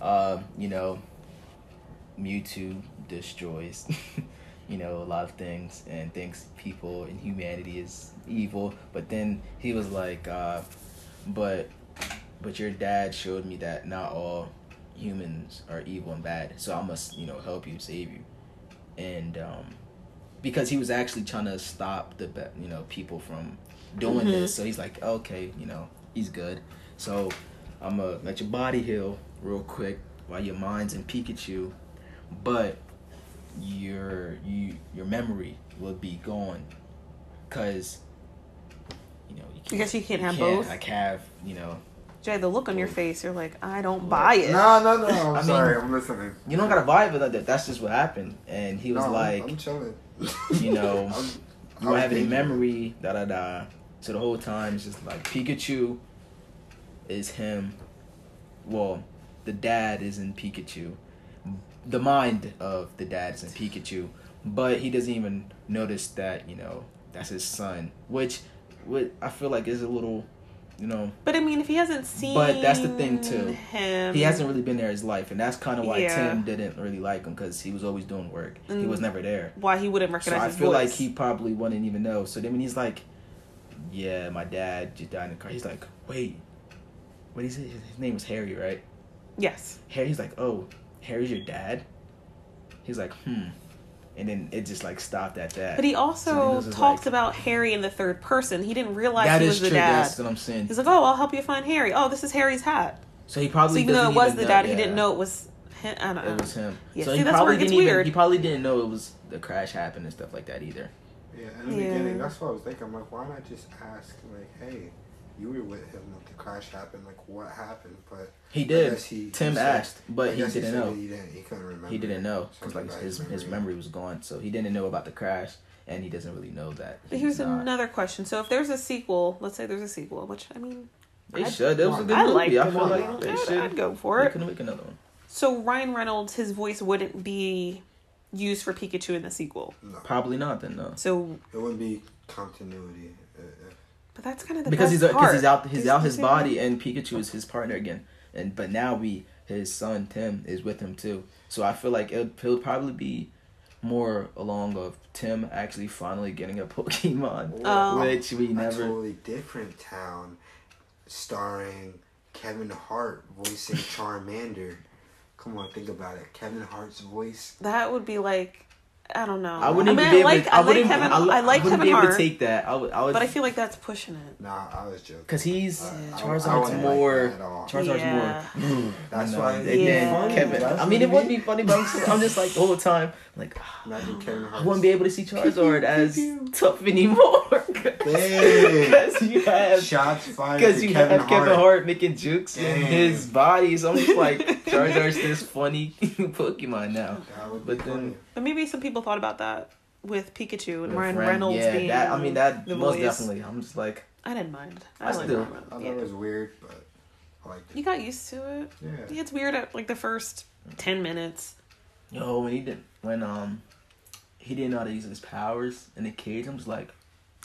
um, you know, Mewtwo destroys, you know, a lot of things and thinks people and humanity is evil. But then he was like, uh, but, but your dad showed me that not all humans are evil and bad. So I must, you know, help you, save you, and um, because he was actually trying to stop the, be- you know, people from doing Mm-hmm. this. So he's like, okay, you know, he's good. So I'm gonna let your body heal real quick while your mind's in Pikachu, but your you your memory will be gone, cause you know you can't. guess you can't have both? Like have you know Jay, the look on your face, you're like, I don't buy it. No, no, no. I'm I mean- sorry. I'm listening. you don't gotta vibe with that. that- That's just what happened. And he was no, I'm- like, I'm, chilling. you know, I'm- you I'm don't have any thinking. memory, da da da. So the whole time it's just like Pikachu is him. Well, the dad is in Pikachu. The mind of the dad's in Pikachu, but he doesn't even notice that you know that's his son, which, which I feel like is a little, you know, But I mean, if he hasn't seen But that's the thing, too. Him, he hasn't really been there his life, and that's kind of why Um, Yeah. Tim didn't really like him because he was always doing work. He was Mm. never there. Why he wouldn't So recognize I his feel like voice. he probably wouldn't even know. So then when he's like, "Yeah, my dad just died in a car," he's like, "Wait, what is it? His his name was Harry, right?" Yes. Harry, he's like, "Oh, Harry's your dad." He's like, "Hmm," and then it just like stopped at that. But he So he also was just talks like- about Harry in the third person. He didn't realize that he is was true. the dad. That's what I'm saying. He's like, oh, I'll help you find Harry. Oh, this is Harry's hat. So he So probably even though it doesn't was even the know- dad, he yeah, didn't know it was him. I don't know. It was him. Yeah, so see, he that's where probably it gets didn't even. weird. He probably didn't know it was the crash happened and stuff like that either. Yeah, in the Yeah. beginning, that's what I was thinking. I'm like, why not just ask, like, hey, you were with him when the crash happened. Like, what happened? But He I did. guess he- Tim he said- asked, but I he guess didn't said know. that He didn't. He couldn't remember. he didn't know because Something like about his, his memory was gone so he didn't know about the crash and he doesn't really know that But here's died. another question. So if there's a sequel, let's say there's a sequel, which I mean, they I- should it was a good I like movie i the feel movie. like they I'd, should I'd go for they it. couldn't make another one So Ryan Reynolds, his voice wouldn't be used for Pikachu in the sequel. No, probably not then no So, it wouldn't be continuity. Uh, uh, but that's kind of the because best he's because part. he's out he's, He's- out his he's in- body and pikachu is his partner again and but now we his son tim is with him too so i feel like it'll, it'll probably be more along of tim actually finally getting a pokemon Um, which we a never totally different town, starring Kevin Hart voicing Charmander. Come on, think about it. Kevin Hart's voice. That would be like, I don't know. I wouldn't mean, even be able. I like, to, I like wouldn't- Kevin. I, I, like wouldn't Kevin be able Hart, to take that. I would. I would. but I feel like that's pushing it. Nah, I was joking. Because he's I- I- Charizard's I wouldn't like more. that at all. Charizard's Yeah. more. That's No, why. and it'd be Yeah. then funny. Kevin. That's I mean, it what would be funny, but I'm just, I'm just like the whole time, like Imagine Kevin Hart. I wouldn't be able to see Charizard as tough anymore. Because Dang. you have. Shots fired. Because to you Kevin have Hart. Kevin Hart making jokes in Dang. his body, so I'm just like Charizard's this funny Pokemon now. That would But be then- funny. But maybe some people thought about that with Pikachu and With Ryan Ren- Reynolds yeah, being. that, I mean that the most voice. definitely. I'm just like I didn't mind. I I, like still- Ryan Reynolds. I thought Yeah. it was weird, but I liked You it. got used to it. Yeah. Yeah, it's weird at like the first ten minutes. Yo, when he did when um he didn't know how to use his powers in the cage, I'm just like,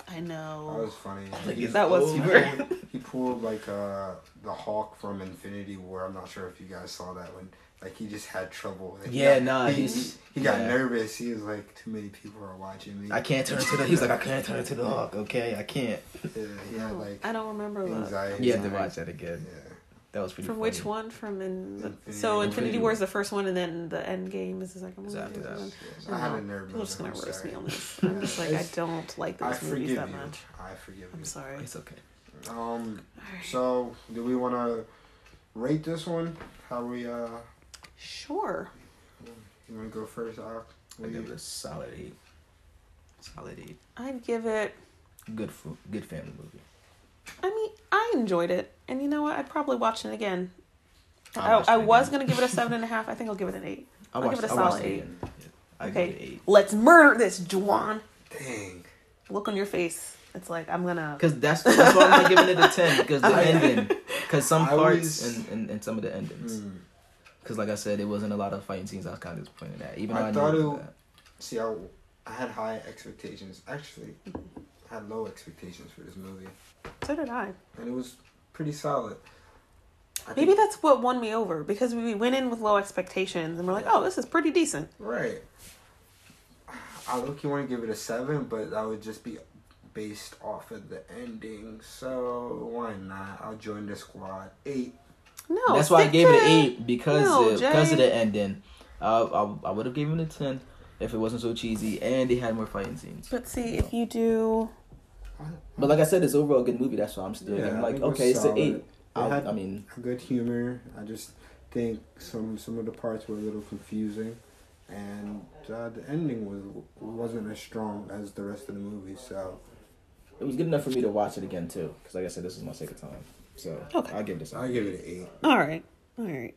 I That know. was funny. like He- it's That was over. He pulled like uh the Hawk from Infinity War. I'm not sure if you guys saw that one. Like he just had trouble. Like, he Yeah, got- nah, He, he's- he got yeah. nervous. He was like, too many people are watching me. I can't turn to the. He's like, I can't turn to the hawk. Okay, I can't. Yeah, he had like Oh, I don't remember that. anxiety. You have to watch that again. Yeah. That was pretty. From funny. which one? From in Infinity so War. Infinity War is the first one, and then the End Game is the second one. It's after that. Yes, yes. I I had a know. nerve. People are just gonna moment, I'm roast me sorry. on this. I'm just like I It's- don't like I those forgive movies you. that much. I forgive I'm you. sorry. It's okay. Um, Alright. so do we want to rate this one? How we uh, Sure. you want to go first, Al? I What do give it you- a solid eight. Solid eight. I'd give it. Good food. Good family movie. I mean, I enjoyed it, and you know what? I'd probably watch it again. I I, watched it I was again. gonna give it a seven and a half. I think I'll give it an eight. I I'll watched. give it a I watched solid it eight. again. Yeah. I okay, give it an eight. let's murder this, Juan. Dang. Look on your face. It's like I'm gonna. Cause that's that's why I'm not giving it a ten. Cause the I- ending. Cause some I parts was- and, and, and some of the endings. Mm. Cause like I said, it wasn't a lot of fighting scenes. I was kind of disappointed at. Even though I I, thought knew it- that. See, I, I had high expectations. Actually, I had low expectations for this movie, So did I. and it was pretty solid. I Maybe think- that's what won me over because we went in with low expectations and we're like, oh, this is pretty decent. right. I look, you want to give it a seven, but that would just be based off of the ending. So why not? I'll join the squad. Eight. No, That's why I stick gave it to an eight because No, uh, because of Jay. the ending. I I, I would have given it a ten if it wasn't so cheesy and they had more fighting scenes. But see, if you do, But like I said, it's overall a good movie. That's why I'm still Yeah, I'm I like think it was okay, it's an solid. eight. I, It had- I mean, good humor. I just think some some of the parts were a little confusing, and uh, the ending was wasn't as strong as the rest of the movie. So it was good enough for me to watch it again too. Because like I said, this is my second time, so Okay. I'll give this. I give it an eight. all right, all right.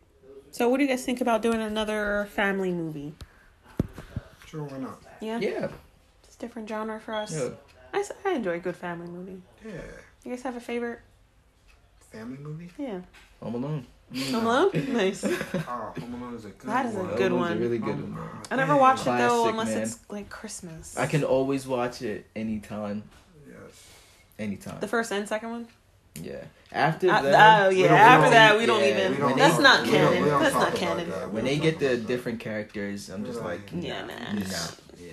So, what do you guys think about doing another family movie? Sure, why not? Yeah, Yeah, it's a different genre for us. yeah. I, s- I enjoy a good family movie. Yeah, You guys have a favorite? family movie. Yeah, Home Alone. Home Alone. Nice. Oh, Home Alone is a good That is a one. Good That was one. a really Oh, good one. ah, I never damn. watch it though, Classic, unless man. it's like Christmas. I can always watch it anytime, Yes. anytime. The first and second one. Yeah. After Uh, that, oh we yeah, don't- we after don't- that we don't yeah, even. We don't that's talk- not we don't- canon. we don't that's talk not about canon. that. We don't when they talk get the about that. different characters, I'm just Right. like, Yeah, nah. nah. Yeah,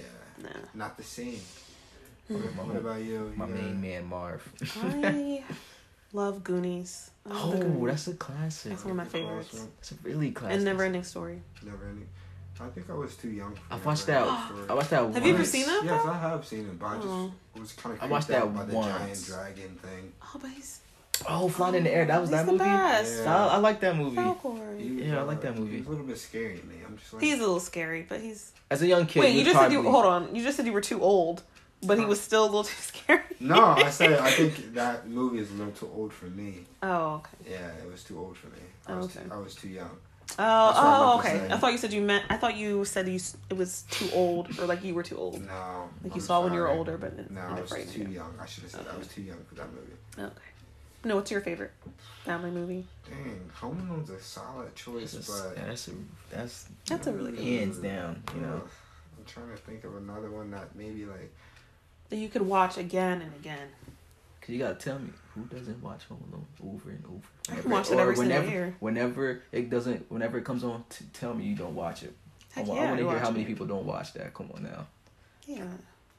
No. not the same. My What about you? My You got- main man Marv. I love Goonies. I love the Oh, Goonies. that's a classic. That's one of my Get the last favorites. one. That's a really classic. and Never Ending Story. Never ending. I think I was too young. For I've watched Never that. Ending Story. I watched that. Have you ever once. seen that? Yes, I have seen it, but I just Oh. was kind of. I watched that by the giant once. dragon thing. Oh, but he's Oh, Flying in the Air. That was he's that the movie. Best. Yeah. I, I like that movie. Falcor. He was, Yeah, I like that he movie. was a little bit scary to me. I'm just like. He's a little scary, but he's. As a young kid, Wait, you we just probably, said you hold on. You just said you were too old, but he was still a little too scary. no, I said I think that movie is a little too old for me. Oh, okay. Yeah, it was too old for me. I was, Okay. too, I was too young. what Oh, I oh, meant to okay. say. I thought you said you meant. I thought you said you s- it was too old, or like you were too old, like No, you I'm saw when you were sorry. older, but it, No, it I was frightened too you. young. I should have said I Okay. was too young for that movie. Okay. No, what's your favorite family movie? Dang, Home Alone's a solid choice, That's, but yeah, that's, a, that's That's a really good one hands down. You know, Ugh, I'm trying to think of another one that maybe like that you could watch again and again. cause you gotta tell me who doesn't watch Home Alone over and over. I can watch it every single whenever, year. Whenever it doesn't, whenever it comes on, t- tell me you don't watch it. I, Oh, Heck wa- yeah, I want I'd to hear watch how it. many people don't watch that. Come on now. Yeah.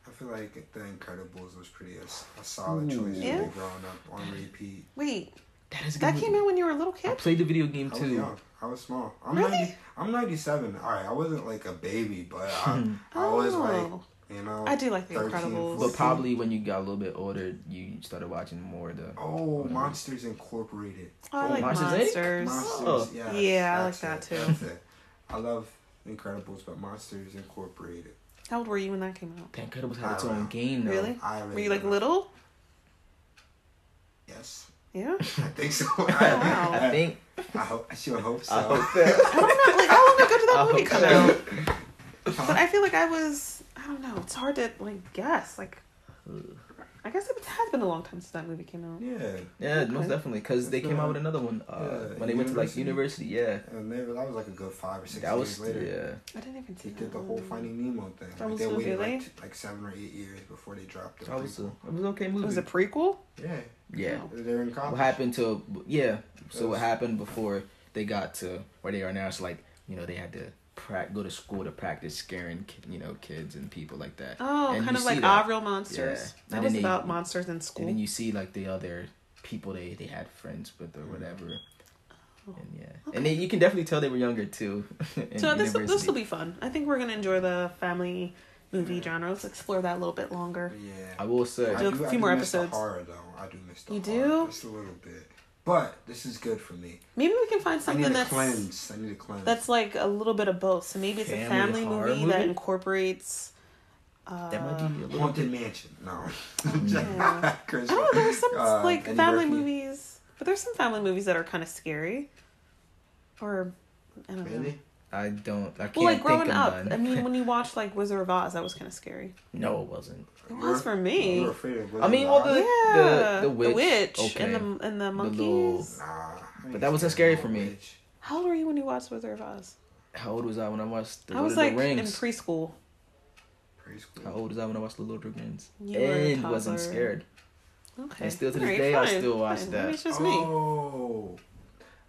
I feel like The Incredibles was pretty a, s- a solid choice for Yeah? me growing up on repeat. Wait, That is a good that came movie. out when you were a little I kid. played the video game I was too. young. I was small. I'm Really? 90, I'm 97. All right, I wasn't like a baby, but I, I was like, Oh. you know. I do like The 13, Incredibles. But 14. probably when you got a little bit older, you started watching more of the. Oh, Monsters Incorporated. I like Monsters, Inc? monsters. Monsters. Oh. Yeah, Yeah, I like that's that it, too. that's it. I love Incredibles, but Monsters Incorporated. How old were you when that came out? The Incredibles had I its don't own know. game though. Really? I really Were you like don't- little? Yes, Yeah. I think so. I, Oh, wow. I, I think. I hope. I sure hope so. I hope that. I don't know. Like, how long ago did that I movie hope come so. out? But I feel like I was. I don't know. It's hard to like guess. Like, I I guess it has been a long time since that movie came out. Yeah. Yeah, Okay. most definitely, because they That's came not- out with another one uh, Yeah, when they went to like university. university. Yeah, And they, that was like a good five or six that years was later. yeah. I didn't even see They that. did the whole one. Finding Nemo thing. That Like, was they so eh? waited really? like, t- like seven or eight years before they dropped it. That was a, it was an okay It movie. was a prequel. Yeah, yeah. they're in college. What happened to yeah? So Yes. what happened before they got to where they are now? It's like you know they had to prac go to school to practice scaring ki- you know kids and people like that. Oh, And kind you of see like that. Avril Monsters. Yeah. That And was then they- about monsters in And then school. you see like the other people they they had friends with or whatever. Oh. And yeah, and they, you can definitely tell they were younger too. in So this this university. will be fun. I think we're gonna enjoy the family movie genre. Let's explore that a little bit longer. Yeah. I will say. Do a few more miss the episodes. horror though. I do miss the You horror do? just a little bit, but this is good for me. Maybe we can find I something need a that's cleanse. I need a cleanse. that's like a little bit of both. So maybe it's a Family family horror movie, that movie? incorporates. Uh, That might be a little Haunted bit. Mansion. No. Yeah. Chris, I don't know. There's some uh, like Eddie family Murphy. movies, but there's some family movies that are kind of scary, or I don't know. Really? I don't. I can't Well, like think growing of up, none. I mean, when you watch like Wizard of Oz, that was kind of scary. no, it wasn't. It We're- was for We me. were afraid of I mean, well, the, Wizard of Yeah, the the witch, and the and the monkeys. little- Oz. Nah, I ain't that wasn't scared scary of for no me. witch. How old were you when you watched Wizard of Oz? How old was I when I watched The I Lord was of like the Rings? in preschool. Preschool. How old was I when I watched The Lord of the Rings? You were a and wasn't toddler. scared. Okay. And still to this Alright, day, I fine, still watch fine. that. Maybe it's just me. Oh,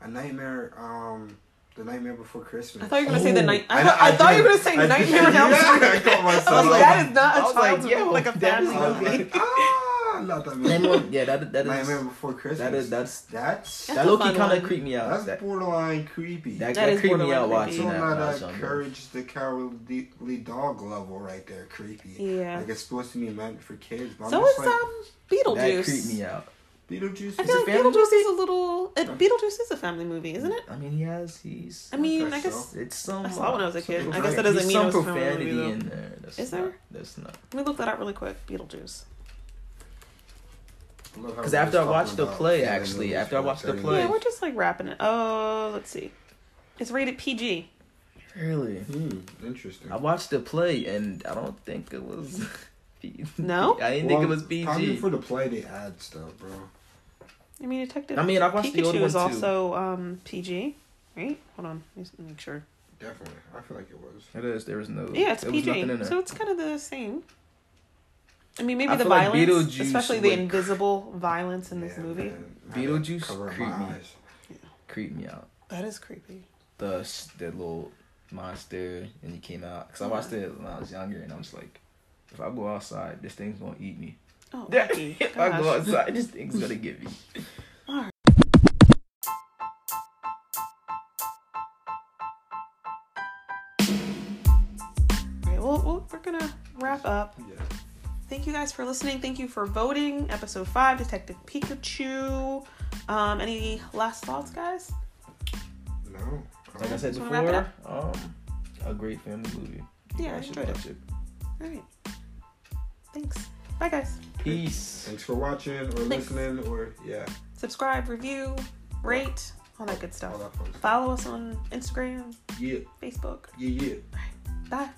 a nightmare. Um, the Nightmare Before Christmas. I thought you were gonna say the Oh, night. I, thought- I thought you were gonna say I did. Nightmare on Elm Yeah, Street. I caught I myself. was like, that is not I a was child's like, yo, movie, like a that is- family I was movie. like, ah, not that And movie. one- yeah, that that Nightmare is Before Christmas. that is that's that's That's that a low key fun kind one. of creeped me out. that's That borderline creepy. that, That that is creeped me borderline out creepy. It's watching on that. when I was that uh, younger. courage the cowardly dog level right there, creepy. Yeah. Like it's supposed to be meant for kids, but I'm So just is like um That Beetlejuice. creeped me out. Beetlejuice. I is feel a like family Beetlejuice movie? is a little. It, Beetlejuice is a family movie, isn't it? I mean, he has he's. I mean, I think so. guess. it's some. I saw it when I was a some kid. I guess that profanity- doesn't there's mean it some was from a movie, profanity though. in there. That's Is not, there? That's not. Let me look that up really quick. Beetlejuice. I love how Because we're after I just watched the talking play, about actually, movies after I for watched the 30 play. Yeah, minutes. we're just like wrapping it. Oh, let's see. It's rated PG. Really. Hmm, interesting. I watched the play and I don't think it was. P- No? I didn't think it was PG. Probably for the play they add stuff, bro. I mean, Detective. I mean, I watched the Pikachu old is one, too. also um, PG, right? Hold on, let me s- make sure. Definitely, I feel like it was. It is. There was no. Yeah, it's there was nothing in PG, there. so it's kind of the same. I mean, maybe I the feel like violence, Beetlejuice especially the would- invisible violence in this Yeah, movie, man. I had to Beetlejuice cover my creeped me. eyes. creeped me out. that is creepy. The sh- the little monster and he came out because I watched it when I was younger and I was like, if I go outside, this thing's gonna eat me. Oh, Becky, if I go gosh. outside, this thing's gonna get me. Alright. Alright, well, well, we're gonna wrap up. Yeah. Thank you guys for listening. Thank you for voting. Episode five, Detective Pikachu. Um, any last thoughts, guys? No. Like I said Just wanna wrap it before, um, a great family movie. You Yeah, I guys should enjoyed it. watch it. All right. Thanks. Bye, guys. Peace. Thanks for watching or Thanks. listening or yeah, Subscribe, review, rate, all that good all stuff. that fun stuff. Follow us on Instagram, Yeah, Facebook. yeah, yeah. Bye.